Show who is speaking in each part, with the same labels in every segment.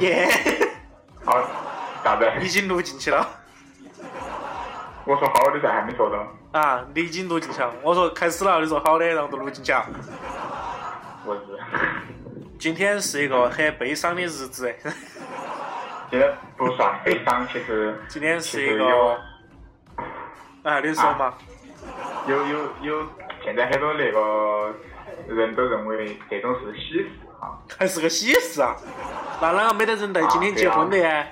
Speaker 1: 耶，
Speaker 2: 好，咋的？
Speaker 1: 已经录进去了
Speaker 2: 我说好的噻，还没说呢。
Speaker 1: 啊！你已经录进去了。我说开始了，你说好的，然后就录进去了。
Speaker 2: 我日，
Speaker 1: 今天是一个很悲伤的日子，
Speaker 2: 今天不算悲伤，其实
Speaker 1: 今天是
Speaker 2: 其
Speaker 1: 一
Speaker 2: 实
Speaker 1: 个
Speaker 2: 有
Speaker 1: 啊，你说嘛？
Speaker 2: 有有有，现在很多那个人都认为这种是喜事啊，
Speaker 1: 还是个喜事啊？那啷个没得人在今天结婚的呀？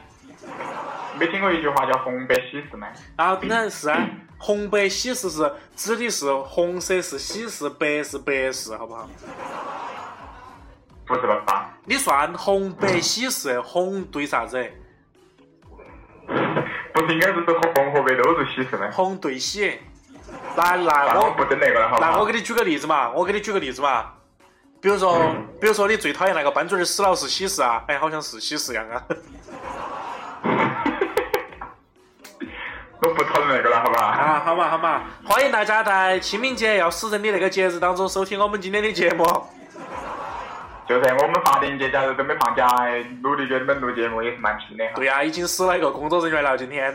Speaker 2: 没听过一句话叫“红白喜事”吗？
Speaker 1: 啊，当然是啊。红白喜事是指的是红色是喜事，白是白事，好不好？
Speaker 2: 不是吧？
Speaker 1: 你算红白喜事，红对啥子？
Speaker 2: 不是应该是红和白都是喜事吗？
Speaker 1: 红对喜。来来，
Speaker 2: 那
Speaker 1: 我
Speaker 2: 我不整那个了，好
Speaker 1: 那我
Speaker 2: 吧？
Speaker 1: 给你举个例子嘛，我给你举个例子嘛，比如说，比如说你最讨厌那个班主任死老是喜事啊，哎，好像是喜事一样啊。
Speaker 2: 我不讨论那个了，好吧？
Speaker 1: 啊，好嘛好嘛，欢迎大家在清明节要死人的那个节日当中收听我们今天的节目。
Speaker 2: 就在我们法定节假日都没放假，还努力给你们录节目也是蛮拼的哈。
Speaker 1: 对呀、已经死了一个工作人员了，今天。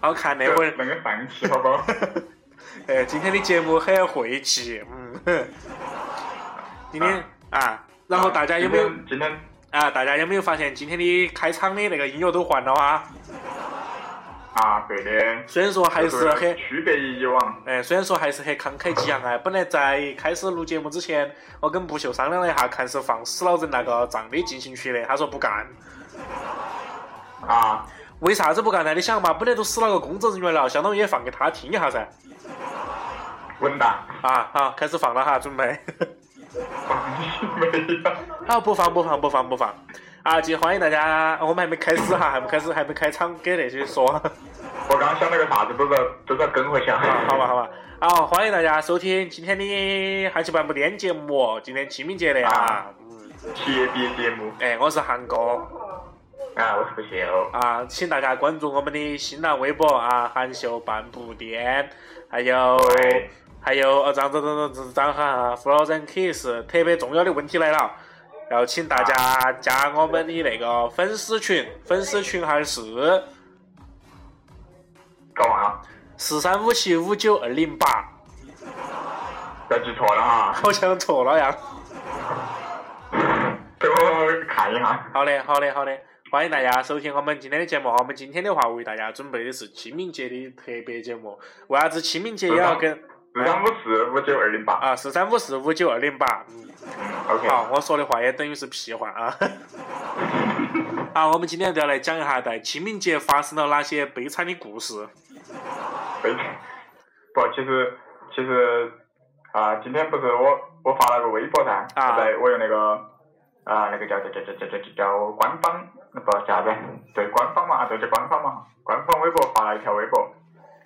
Speaker 1: 好看那会儿，
Speaker 2: 那个上期好不好？
Speaker 1: 哎，今天的节目很晦气，嗯。今天啊， 然后大家有没有
Speaker 2: 今天今天
Speaker 1: 啊？大家有没有发现今天的开场的那个音乐都换了啊？
Speaker 2: 啊，对的，
Speaker 1: 虽然说还是
Speaker 2: 就是
Speaker 1: 很
Speaker 2: 区别于以往。
Speaker 1: 哎，虽然说还是很慷慨激昂啊，本来在开始录节目之前，我跟不秀商量了一下，看是放死老人那个葬礼进行曲的，他说不干。
Speaker 2: 啊，
Speaker 1: 为啥子不干呢？你想嘛，本来都死了个工作人员了，相当于也放给他听一下噻。
Speaker 2: 滚蛋！
Speaker 1: 啊，好，开始放了哈，准备。
Speaker 2: 没有。
Speaker 1: 好，不放不放不放不放。啊，就欢迎大家，我们还没开始哈，还没开始，还没开场，给那些说。 啊
Speaker 2: 我刚想那个啥子，都在都在跟回去了。
Speaker 1: 好 吧好吧。好，欢迎大家收听今天的韩剧半步癫节目，今天清明节的啊。嗯，
Speaker 2: 企业毕业节目，
Speaker 1: 哎，我是韩哥。
Speaker 2: 啊，我是不秀，
Speaker 1: 啊，请大家关注我们的新浪微博啊，韩秀半步癫，还有
Speaker 2: 对
Speaker 1: 还有呃，张张张张张哈 Frozen Kiss，特别重要的问题来了，然后请大家加我们的那个粉丝群，粉丝群号是
Speaker 2: 搞忘了，
Speaker 1: 四三五七五九二零八，
Speaker 2: 不要记错了啊 哈。
Speaker 1: 好像错了呀。
Speaker 2: 给我看一下。
Speaker 1: 好的，好的，好的，欢迎大家收听我们今天的节目。我们今天的话为大家准备的是清明节的特别节目，为啥子清明节也要跟
Speaker 2: 四三五四五九二零八。
Speaker 1: 啊四三五四五九二零八？嗯。
Speaker 2: 嗯，OK。
Speaker 1: 好，我说的话也等于是屁话啊。 啊，我们今天就要来讲一下在清明节发生了哪些悲惨的故事。
Speaker 2: 悲不，其实其实啊、今天不是我我发了个微博噻，
Speaker 1: 啊
Speaker 2: 我在我用那个啊、那个叫叫叫叫叫叫叫官方不叫啥子？对，官方嘛，啊对，叫官方嘛，官方微博发了一条微博，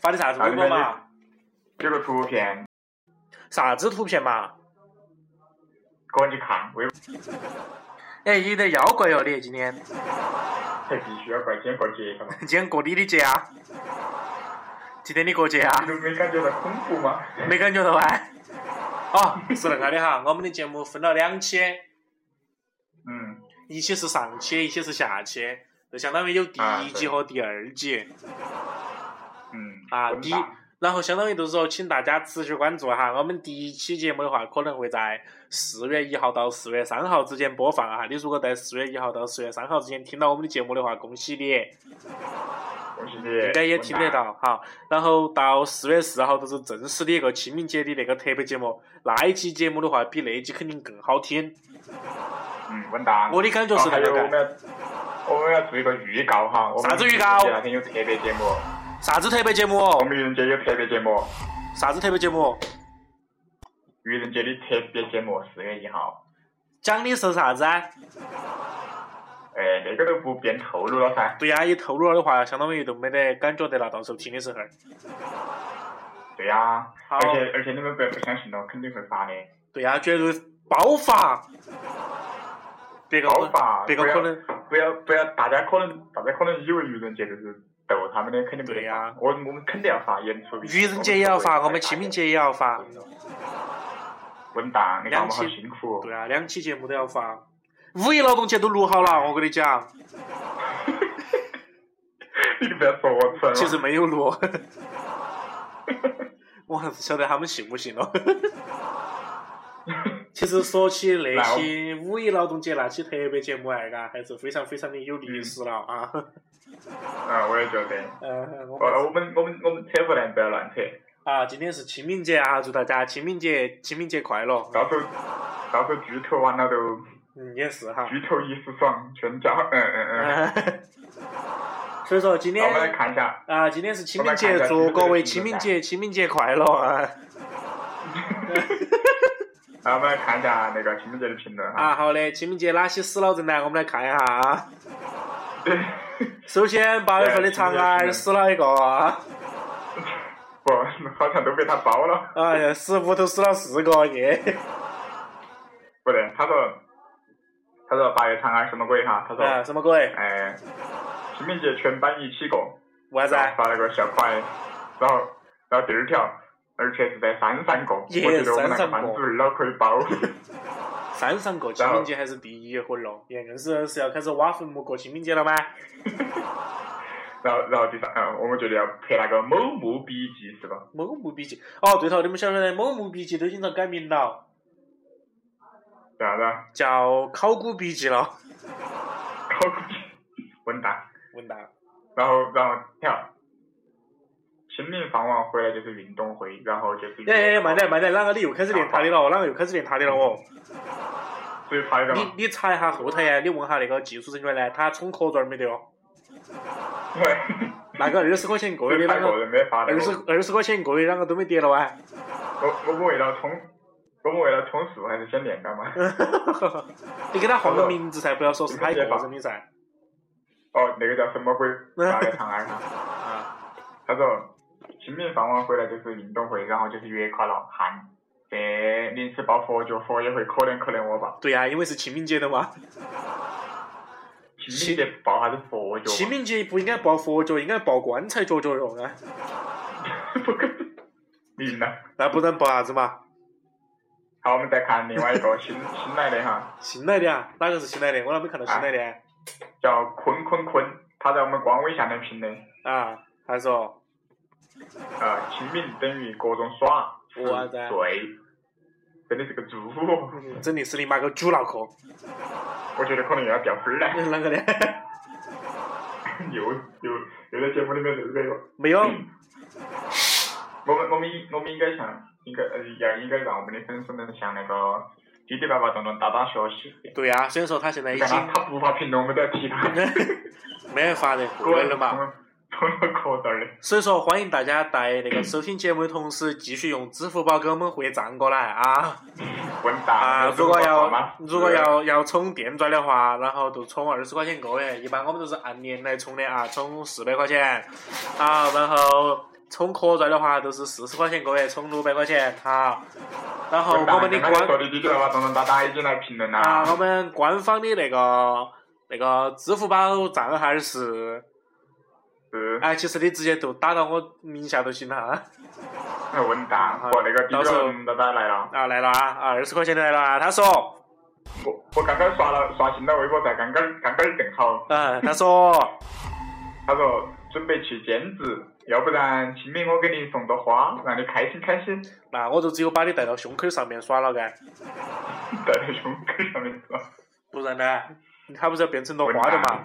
Speaker 1: 发的啥子微博嘛？
Speaker 2: 有个图片，
Speaker 1: 啥子图片嘛？
Speaker 2: 哥你看，微博
Speaker 1: 哎，有点妖怪哟，你今天
Speaker 2: 才必须要快点过节了嘛，
Speaker 1: 今天过你的节啊？今天你过节啊
Speaker 2: 你？都没感觉到恐怖吗？
Speaker 1: 没感觉到啊？哦，是恁个的哈，我们的节目分了两期，
Speaker 2: 嗯，
Speaker 1: 一期是上期，一期是下期，就相当于有第
Speaker 2: 啊
Speaker 1: 一
Speaker 2: 对
Speaker 1: 集和第二集。
Speaker 2: 嗯，
Speaker 1: 啊，
Speaker 2: 混
Speaker 1: 第一
Speaker 2: 搭，
Speaker 1: 然后相当于就是说，请大家持续关注哈。我们第一期节目的话，可能会在四月一号到四月三号之间播放啊。你如果在四月一号到四月三号之间听到我们的节目的话，恭喜你，应
Speaker 2: 恭喜你，应
Speaker 1: 该也听得。到哈。然后到四月四号就是正式的一个清明节的那个特别节目，那一期节目的话比那一期肯定更好听。
Speaker 2: 嗯，稳当。
Speaker 1: 我的感觉是
Speaker 2: 还
Speaker 1: 那
Speaker 2: 有我
Speaker 1: 个
Speaker 2: 们
Speaker 1: 的
Speaker 2: 要我们要做一个预告哈，我们
Speaker 1: 啥子预告
Speaker 2: 那天有特别节目，
Speaker 1: 啥子特别节目？哦
Speaker 2: 我们愚人节有特别节目，
Speaker 1: 啥子特别节目？哦
Speaker 2: 愚人节的特别节目四月一号，
Speaker 1: 讲的是啥子啊？
Speaker 2: 哎，那个都不便透露了噻。
Speaker 1: 对呀、一透露了的话，相当于都没得感觉得了，到时候听的时候。
Speaker 2: 对呀、
Speaker 1: 好
Speaker 2: 而且而且你们不要不相信了，肯定会发的。
Speaker 1: 对呀、绝对爆发。别个
Speaker 2: 爆发，
Speaker 1: 别个
Speaker 2: 不要
Speaker 1: 可能
Speaker 2: 不要不要，大家可能大家可能以为愚人节就是逗他们的，肯定不
Speaker 1: 对呀
Speaker 2: 发我我们肯定要发，严肃。
Speaker 1: 愚人节也要发，我们清明节也
Speaker 2: 啊
Speaker 1: 要发。
Speaker 2: 文档，你看我们好
Speaker 1: 两期
Speaker 2: 辛苦。
Speaker 1: 对啊，两期节目都要发。五一劳动节都录好了，我跟你讲，
Speaker 2: 你不要说我蠢了。
Speaker 1: 其实没有录， 我还是晓得他们信不信了。 其实说起那些五一劳动节那期特别节目来，嘎，还是非常非常的有历史了啊。
Speaker 2: 啊，我也觉得。
Speaker 1: 嗯，我们
Speaker 2: 呃，我们我们我们扯不来，不要乱扯。
Speaker 1: 啊，今天是清明节啊，祝大家清明节清明节快乐。
Speaker 2: 到时候到时候剧透完了都
Speaker 1: 嗯，也是哈。
Speaker 2: 剧透一时爽，全家嗯嗯嗯。
Speaker 1: 所以说今
Speaker 2: 那
Speaker 1: 天
Speaker 2: 我们来看一下，
Speaker 1: 啊，今天是清明
Speaker 2: 我
Speaker 1: 节
Speaker 2: 们，来看一下
Speaker 1: 祝各位
Speaker 2: 清
Speaker 1: 清
Speaker 2: 明
Speaker 1: 明
Speaker 2: 节
Speaker 1: 节清明节快乐 啊！
Speaker 2: 那我们来看一下那个清明节的评论哈。
Speaker 1: 啊，好的，清明节哪些死老人呢？我们来看一下啊。
Speaker 2: 对，
Speaker 1: 首先，八月份的长安死了一个啊，
Speaker 2: 不，好像都被他包了。
Speaker 1: 啊，死屋头死了四个耶。
Speaker 2: 不对，他说，他说八月长安什么鬼哈？他说，
Speaker 1: 啊，什么鬼？
Speaker 2: 哎，清明节全班一起过，
Speaker 1: 为啥
Speaker 2: 然
Speaker 1: 子？
Speaker 2: 后发了个小可爱，然后，然后第二条，而且是在山上过，我
Speaker 1: 耶
Speaker 2: 觉得我们那个
Speaker 1: 山上
Speaker 2: 班
Speaker 1: 过
Speaker 2: 主任脑壳有包。
Speaker 1: 山上过清明节还是第一回了，你看硬是是要开始挖坟墓过清明节了吗？
Speaker 2: 然后，然后第三，嗯，我们觉得要拍那个某墓笔记是吧？
Speaker 1: 某墓笔记，哦，对头，你们晓不晓得某墓笔记都已经遭改名了，
Speaker 2: 对啊啥子？
Speaker 1: 叫考古笔记了。
Speaker 2: 考古题， 混蛋。
Speaker 1: 文蛋，
Speaker 2: 然后，然后跳。清明放完回来就是运动会，然后就是
Speaker 1: 哎哎，哎慢点慢点，啷个你又开始练他的了？啷个又开始练他的了哦？
Speaker 2: 所以拍的
Speaker 1: 你
Speaker 2: 嘛。
Speaker 1: 你查一下后台呀，你问下那个技术人员呢，他充壳钻没得哦？
Speaker 2: 对，
Speaker 1: 那个二十块钱一个
Speaker 2: 所
Speaker 1: 月
Speaker 2: 以
Speaker 1: 的啷
Speaker 2: 他个
Speaker 1: 个？哎
Speaker 2: 人没发的。
Speaker 1: 二十二十块钱一个月啷个都没得了哇？
Speaker 2: 我我们为了充，我们为了充数还是先练干
Speaker 1: 嗯
Speaker 2: 嘛？
Speaker 1: 你给他换个名字噻，不要说是他一个人的噻。
Speaker 2: 哦，那个叫什么鬼？
Speaker 1: 嗯
Speaker 2: 八月长安哈。
Speaker 1: 啊，
Speaker 2: 他说，清明放完回来就是运动会，然后就是月考了，汗。这临时抱佛脚，佛也会可怜可怜我吧。
Speaker 1: 对呀、因为是清明节的嘛，
Speaker 2: 清明节抱啥子佛脚？
Speaker 1: 清明节不应该抱佛脚，应该抱棺材脚脚用啊，
Speaker 2: 不可能。 你赢了。
Speaker 1: 那不然抱啥子嘛？
Speaker 2: 好，我们再看另外一个新新来的哈，
Speaker 1: 新来的啊，哪个是新来的？我哪没看到新来的
Speaker 2: 叫坤坤坤，他在我们官微下面评的，
Speaker 1: 啊？他说
Speaker 2: 啊，清明等于各种耍，
Speaker 1: 哇塞
Speaker 2: 对，真的是个猪，我
Speaker 1: 嗯整的是你妈个猪脑壳，
Speaker 2: 觉得可能又要掉分儿 了。
Speaker 1: 啷个的？
Speaker 2: 又又又在节目里面又这个，
Speaker 1: 没有，
Speaker 2: 我们我们应我们应该像应该呃要应该让我们的粉丝们向那个滴滴爸爸动动打打学习。
Speaker 1: 对呀、虽然说他现在已
Speaker 2: 但他
Speaker 1: 经
Speaker 2: 他不发评论，我们都要 踢他。
Speaker 1: 没办法的，过来了嘛。
Speaker 2: 从了壳蛋儿的，
Speaker 1: 所以说，欢迎大家在那个收听节目的同时，继续用支付宝给我们汇账过来啊。
Speaker 2: 混蛋！
Speaker 1: 啊，
Speaker 2: 这
Speaker 1: 如果
Speaker 2: 是我爸
Speaker 1: 要
Speaker 2: 妈
Speaker 1: 如果，要要充电钻的话，然后就充二十块钱一个月，一般我们都是按年来充的啊，充四百块钱。好，然后充壳钻的话都是四十块钱一个月，充六百块钱。好，然后
Speaker 2: 混蛋
Speaker 1: 我们的
Speaker 2: 刚才说
Speaker 1: 官
Speaker 2: 的滴滴爸爸动动打打已经来评论了。
Speaker 1: 啊，我们官方的那个那个支付宝账号是，
Speaker 2: 是，
Speaker 1: 哎，其实你直接就打到我名下都行了啊。
Speaker 2: 混蛋！
Speaker 1: 啊
Speaker 2: 哦，那个滴滴
Speaker 1: 到时
Speaker 2: 爸爸
Speaker 1: 候
Speaker 2: 动动打打来了。
Speaker 1: 啊，来了啊，啊，二十块钱的来了啊。他说，
Speaker 2: 我我刚刚刷了刷新了微博，在刚刚刚刚正好。
Speaker 1: 嗯，他说。
Speaker 2: 他说准备去兼职，要不然清明我给你送朵花，让你开心开心，
Speaker 1: 那我就只有把你带到胸口上面耍了该，
Speaker 2: 戴在胸口上面是吧？
Speaker 1: 不然呢，他不是要变成朵花的嘛？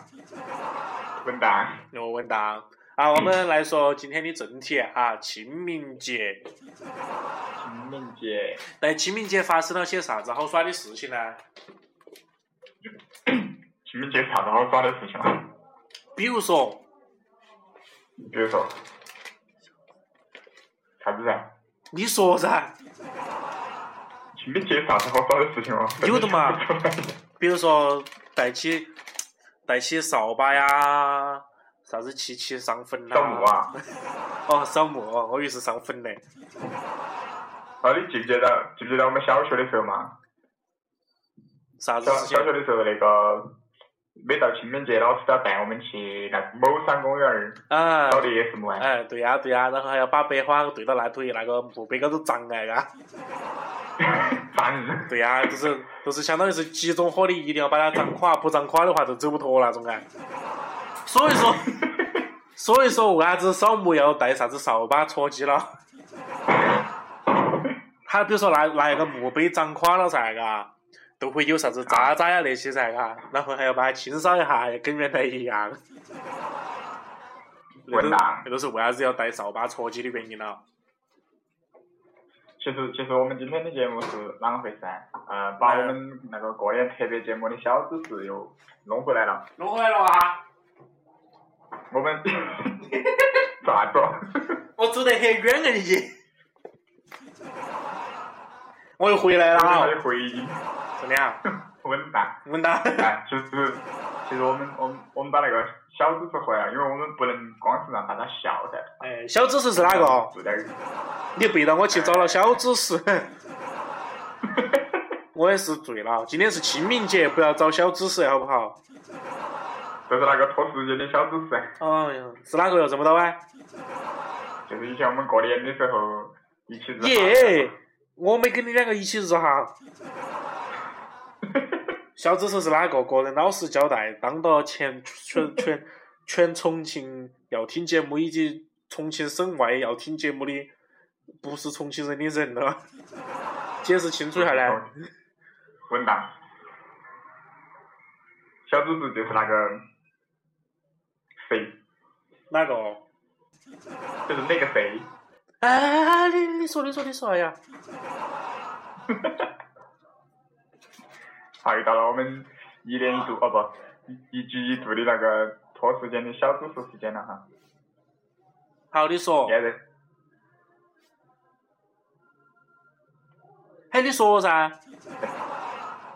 Speaker 2: 混蛋！
Speaker 1: 我稳当。啊，我们来说今天的正题啊，清明节。
Speaker 2: 清明节，
Speaker 1: 在清明节发生了些啥子好耍的事情呢？
Speaker 2: 清明节啥子好耍的事情啊？
Speaker 1: 比如说，
Speaker 2: 比如说，啥子啊噻？
Speaker 1: 你说噻，
Speaker 2: 清明节啥子好耍的事情哦？
Speaker 1: 有的 嘛比如说带起带起扫把呀，啥子骑骑上坟啦、
Speaker 2: 扫墓啊！
Speaker 1: 哦，扫墓，哦，我以为是上坟嘞。
Speaker 2: 啊，你记不记得记不记得我们小学的时候嘛？
Speaker 1: 啥子
Speaker 2: 小
Speaker 1: 事情
Speaker 2: 小？学的时候那个。每到清明节，老师都要带我们去那某山公园儿
Speaker 1: 啊，
Speaker 2: 扫的也是墓啊。
Speaker 1: 哎，对呀、对呀、然后还要把白花对到那堆那个墓碑高头长来嘎。
Speaker 2: 烦人。
Speaker 1: 对呀、就是就是相当于是集中火力，一定要把它涨垮，不涨垮的话就走不脱那种哎。所以说，所以说为啥子扫墓要带啥子扫把、戳鸡了？ 他比如说拿拿一个墓碑涨垮了噻，嘎，都会有啥子渣渣呀那些噻，嘎，然后还要把它清扫一下，跟原来一样。 那
Speaker 2: 文
Speaker 1: 都
Speaker 2: 档
Speaker 1: 那都是为啥子要带扫把、戳鸡的原因了。
Speaker 2: 其实，其实我们今天的节目是啷个回事啊？呃，把我们那个过年特别节目的小知识又弄回来了。
Speaker 1: 弄回来了啊！
Speaker 2: 我们 咋个？
Speaker 1: 我走得很啊远而已。 我又回来了
Speaker 2: 他
Speaker 1: 啊！
Speaker 2: 的回忆
Speaker 1: 怎么样？
Speaker 2: 文档。
Speaker 1: 稳当？
Speaker 2: 哎，其实，其实我们我们我们把那个小知识回来，因为我们不能光是让大家笑噻。
Speaker 1: 哎，小知识是哪个？
Speaker 2: 是的。
Speaker 1: 你背到我去找了小知识，我也是醉了。今天是清明节，不要找小知识好不好？
Speaker 2: 就是那个拖时间的小知识，
Speaker 1: 哎呀，是哪个又认不到啊？
Speaker 2: 就是以前我们过年的时候一起日常
Speaker 1: 耶，我没跟你两个一起日哈。 小知识是哪个？个人老实交代，当着全全全全重庆要听节目以及重庆省外要听节目的不是重庆人的人 了，解释清楚下来。
Speaker 2: 文档。小知识就是那个谁，
Speaker 1: 哪个？
Speaker 2: 就是那个谁，
Speaker 1: 啊，你你说你说你说，哎呀，
Speaker 2: 还有到了我们一年一度哦不，一一季一度的那个拖时间的小知识时间了哈。
Speaker 1: 好，你说，
Speaker 2: 现在
Speaker 1: 嘿，你说噻，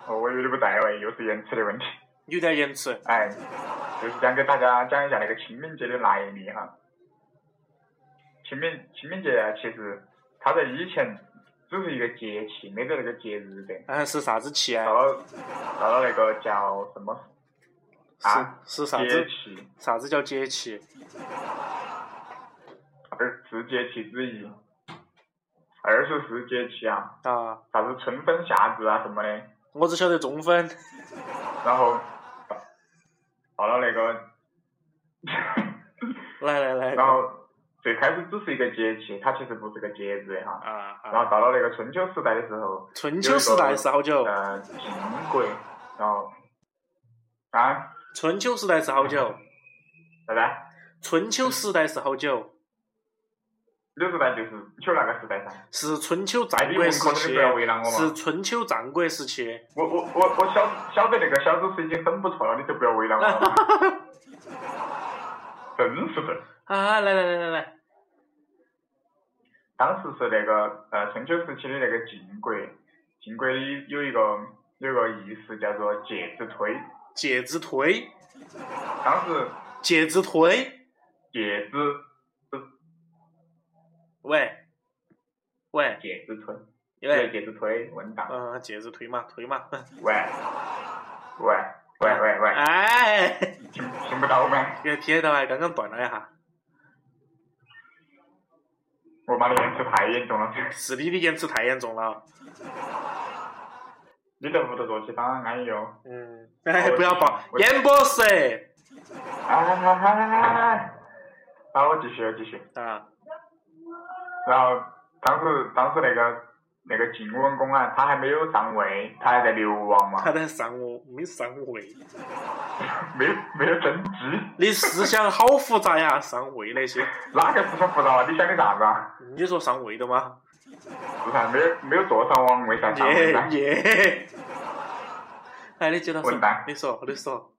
Speaker 2: 哦我以为你不在位，又是延迟的问题。
Speaker 1: 有点延迟。
Speaker 2: 哎，就是想给大家讲一下那个清明节的来历哈。清明清明节啊，其实它在以前只是一个节气，没得那个节日的。
Speaker 1: 嗯，是啥子气
Speaker 2: 到
Speaker 1: 啊？
Speaker 2: 了到了那个叫什么啊
Speaker 1: 是是啥
Speaker 2: 节
Speaker 1: 子
Speaker 2: 气，
Speaker 1: 啥子叫节气？
Speaker 2: 二十四节气之一，二十四节气啊，
Speaker 1: 啊，
Speaker 2: 啥子春分夏至啊什么的，
Speaker 1: 我只晓得中分。
Speaker 2: 然后到到了那个。
Speaker 1: 来来来，
Speaker 2: 然后最开始只是一个节气，它其实不是个节日哈。
Speaker 1: 啊
Speaker 2: 然后
Speaker 1: 啊！
Speaker 2: 到了那个春秋时代的时候，
Speaker 1: 春秋时代是好久？
Speaker 2: 呃，晋国，然后啊，
Speaker 1: 春秋时代是好久？
Speaker 2: 啥子？
Speaker 1: 春秋时代是好久？
Speaker 2: 那时代就是就那个时代噻。
Speaker 1: 是春秋战国时期
Speaker 2: 哎你们可能不要为难我，嘛
Speaker 1: 是春秋战国时期。
Speaker 2: 我我我我晓晓得那个小知识已经很不错了，你就不要为难我了。真是的，
Speaker 1: 啊，来来来来来，
Speaker 2: 当时是那个呃春秋时期的那个晋国，晋国里有一个有一个意思叫做介子推，
Speaker 1: 介子推，
Speaker 2: 当时
Speaker 1: 介子推，
Speaker 2: 介子
Speaker 1: 喂，喂，
Speaker 2: 介子推。对，
Speaker 1: 喂，
Speaker 2: 介子推文档，
Speaker 1: 嗯、介子推嘛，推嘛。
Speaker 2: 喂，喂，喂喂喂，
Speaker 1: 哎，
Speaker 2: 听听不到吗？
Speaker 1: 也听得到啊，刚刚断了一下，
Speaker 2: 我妈的延迟太严重了，
Speaker 1: 是你的延迟太严重了。啊
Speaker 2: 你能不能坐起当然安逸哦。
Speaker 1: 嗯，哎，不要报，严博士
Speaker 2: 哎哎哎哎哎！然后我继续我继续，
Speaker 1: 啊，
Speaker 2: 然后当时当时那个那个晋文公啊，他还没有上位，他还在流亡嘛
Speaker 1: 他，在上我，没上位。
Speaker 2: 没有没有登基，
Speaker 1: 你思想好复杂呀，上位那些，
Speaker 2: 哪个思想不到啊？你想的啥子啊？
Speaker 1: 你说上位的吗？
Speaker 2: 是噻，没有没有坐上王位噻，上位
Speaker 1: 耶
Speaker 2: 噻。
Speaker 1: 耶！哎，你接着说
Speaker 2: 混蛋，
Speaker 1: 你说，你说，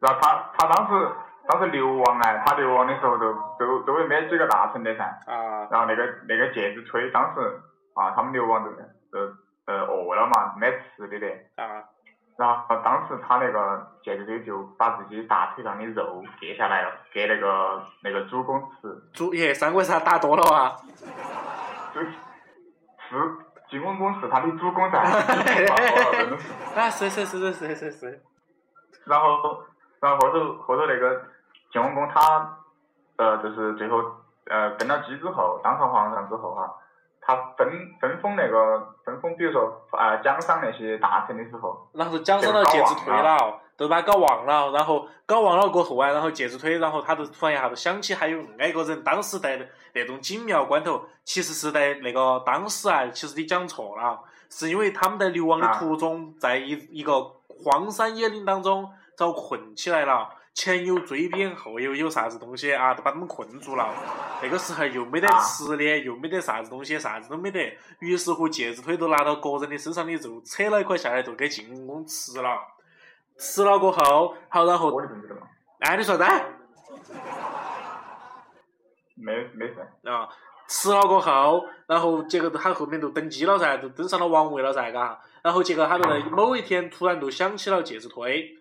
Speaker 2: 然后他他当时当时流亡啊，他流亡的时候都都周围没几个大臣的噻。
Speaker 1: 啊
Speaker 2: 然后那个那个介子推当时啊，他们流亡的呃呃饿了嘛，没吃的嘞。
Speaker 1: 啊
Speaker 2: 然后当时他那个介子推就把自己大腿上的肉割下来了，给那个那个主公吃，
Speaker 1: 主耶，三国杀打多了啊！
Speaker 2: 就吃晋文公是他的主公噻，真的是。
Speaker 1: 啊，是是是是是是是，
Speaker 2: 然后，然后后头后头那个晋文呃公他，呃，就是最后呃跟了姬之后，当上皇上之后哈、它分分封那个分封，比如说啊奖赏那些大臣的时候，
Speaker 1: 然后奖赏了戒指推了，都把他搞忘了，然后搞忘了过后啊，然后戒指推，然后他就突然一下子想起还有另外一个人，当时在那种紧妙关头，其实是在那个当时啊，其实你讲错了，是因为他们在流亡的
Speaker 2: 啊
Speaker 1: 途中，在一一个荒山野岭当中遭困起来了。前有追兵，后又有啥子东西啊，都把他们困住了。那个时候又没得
Speaker 2: 啊
Speaker 1: 吃的，又没得啥子东西，啥子都没得。于是乎，戒指腿都拿到各人的身上的肉，扯了一块下来，就给晋文公吃了。吃了过后，好，然后
Speaker 2: 我的名字嘛，
Speaker 1: 哎，你说啥子？
Speaker 2: 没没事，
Speaker 1: 啊，吃了过后，然后结果他后面就登基了噻，就登上了王位了噻，嘎。然后结果他就在某一天突然就想起了戒指推，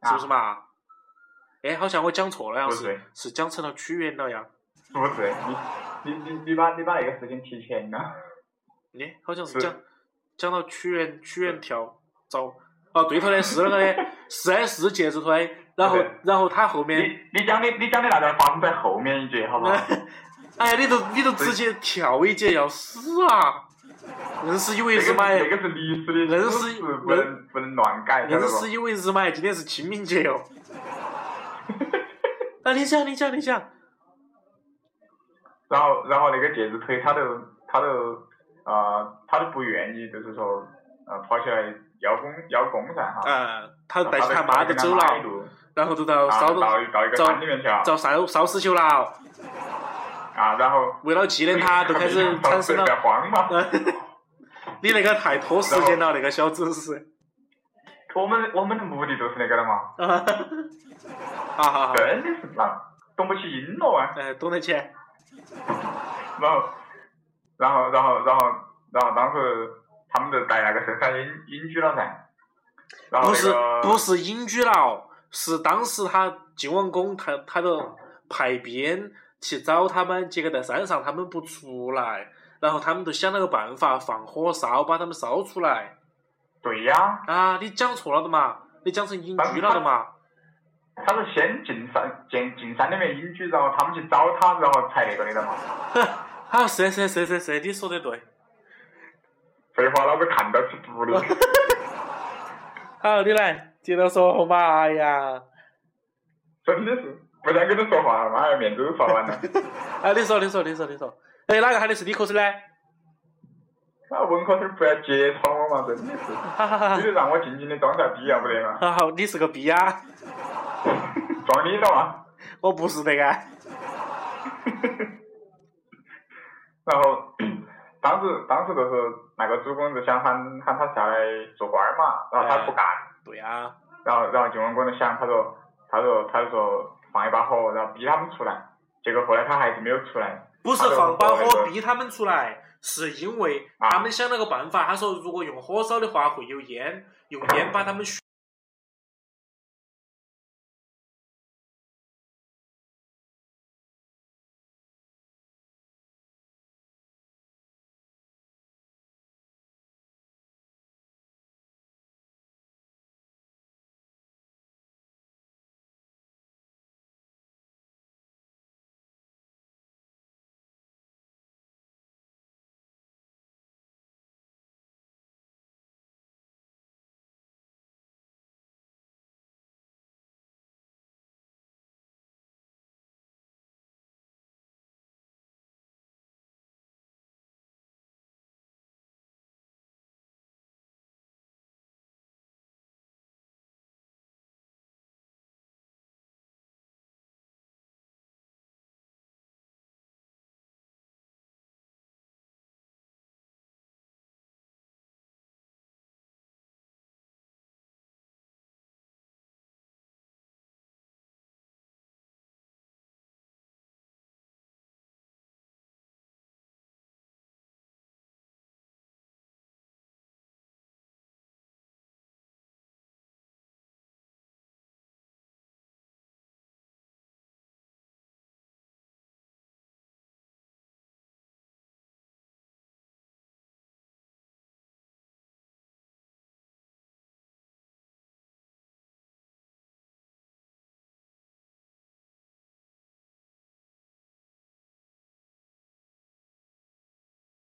Speaker 2: 啊
Speaker 1: 是不是嘛？哎，好像我讲错了呀，
Speaker 2: 不
Speaker 1: 是
Speaker 2: 是
Speaker 1: 是讲成了屈原了呀？
Speaker 2: 不是你你你你把你把那个事情提前了，
Speaker 1: 哎，好像是
Speaker 2: 是
Speaker 1: 讲讲到屈原，屈原跳蚤。哦，对头的，是那个的，是的，是戒指推。然后
Speaker 2: 对，
Speaker 1: 然后他后
Speaker 2: 你
Speaker 1: 面，
Speaker 2: 你讲的你讲的那段发生在后面一节，好不好？
Speaker 1: 哎呀，你都你都直接跳一截要死啊！硬是以为
Speaker 2: 这个
Speaker 1: 是
Speaker 2: 是
Speaker 1: 嘛？
Speaker 2: 这个是历史的
Speaker 1: 人
Speaker 2: 史
Speaker 1: 是
Speaker 2: 实，不能不能乱改，晓
Speaker 1: 硬
Speaker 2: 得
Speaker 1: 是
Speaker 2: 不？
Speaker 1: 以为日嘛，今天是清明节 哟、那你讲，你讲，你
Speaker 2: 啊
Speaker 1: 讲，
Speaker 2: 然后然后那个戒指腿，他都他都呃他都不愿意，就是说呃跑起来邀功邀功噻哈。
Speaker 1: 嗯，他
Speaker 2: 然后
Speaker 1: 带起他妈都
Speaker 2: 跟
Speaker 1: 走
Speaker 2: 妈一
Speaker 1: 了，
Speaker 2: 路
Speaker 1: 然后就到
Speaker 2: 啊，
Speaker 1: 烧
Speaker 2: 到到一个
Speaker 1: 遭
Speaker 2: 山里面去了
Speaker 1: 遭烧烧死球了。哦
Speaker 2: 啊，然后
Speaker 1: 为了纪念他，就开始产生了嗯
Speaker 2: 在慌嘛。
Speaker 1: 你那个太拖时间了，那个小知识。
Speaker 2: 我们我们的目的就是那个了嘛，
Speaker 1: 啊，好好好，
Speaker 2: 真的是嘛，懂不起音乐啊。
Speaker 1: 哎，懂得起。
Speaker 2: 然后，然后，然后，然后，然后当时他们就在那个深山隐隐居了噻。然后
Speaker 1: 不
Speaker 2: 那
Speaker 1: 是
Speaker 2: 个
Speaker 1: 不是隐居了，是当时他晋王公他他都派兵去找他们，结果在山上他们不出来，然后他们就想了个办法，放火烧，把他们烧出来。
Speaker 2: 对呀、
Speaker 1: 啊，你讲错了的嘛，你讲成隐居了的嘛。
Speaker 2: 他是先进山进进山里面隐居，然后他们去找他，然后才那个的了嘛。
Speaker 1: 好，是是是是是，你说的对。
Speaker 2: 废话，老子看到是毒的。
Speaker 1: 好，你来接着说嘛，哎呀，
Speaker 2: 真的是不想跟他说话了，妈呀，面子都刷完了。
Speaker 1: 啊，你说你说你说你说，哎，哪个喊的是你口水呢？
Speaker 2: 那文科生不要揭穿我嘛，真的是，
Speaker 1: 哈哈哈
Speaker 2: 你就让我静静的装下逼啊要不得 嘛，
Speaker 1: 哈，好，你是个逼呀、
Speaker 2: 装你了嘛。
Speaker 1: 我不是那个。
Speaker 2: 然后 当时当时就是那个主公就想喊喊他下来做官儿嘛，然后他不干，
Speaker 1: 对呀、
Speaker 2: 然后然后晋文公就想，他说他说他就说放一把火，然后逼他们出来，结果后来他还是没有出来，
Speaker 1: 不是放把火逼他们出来，是因为他们想了个办法。他说，如果用火烧的话会有烟，用烟把他们熏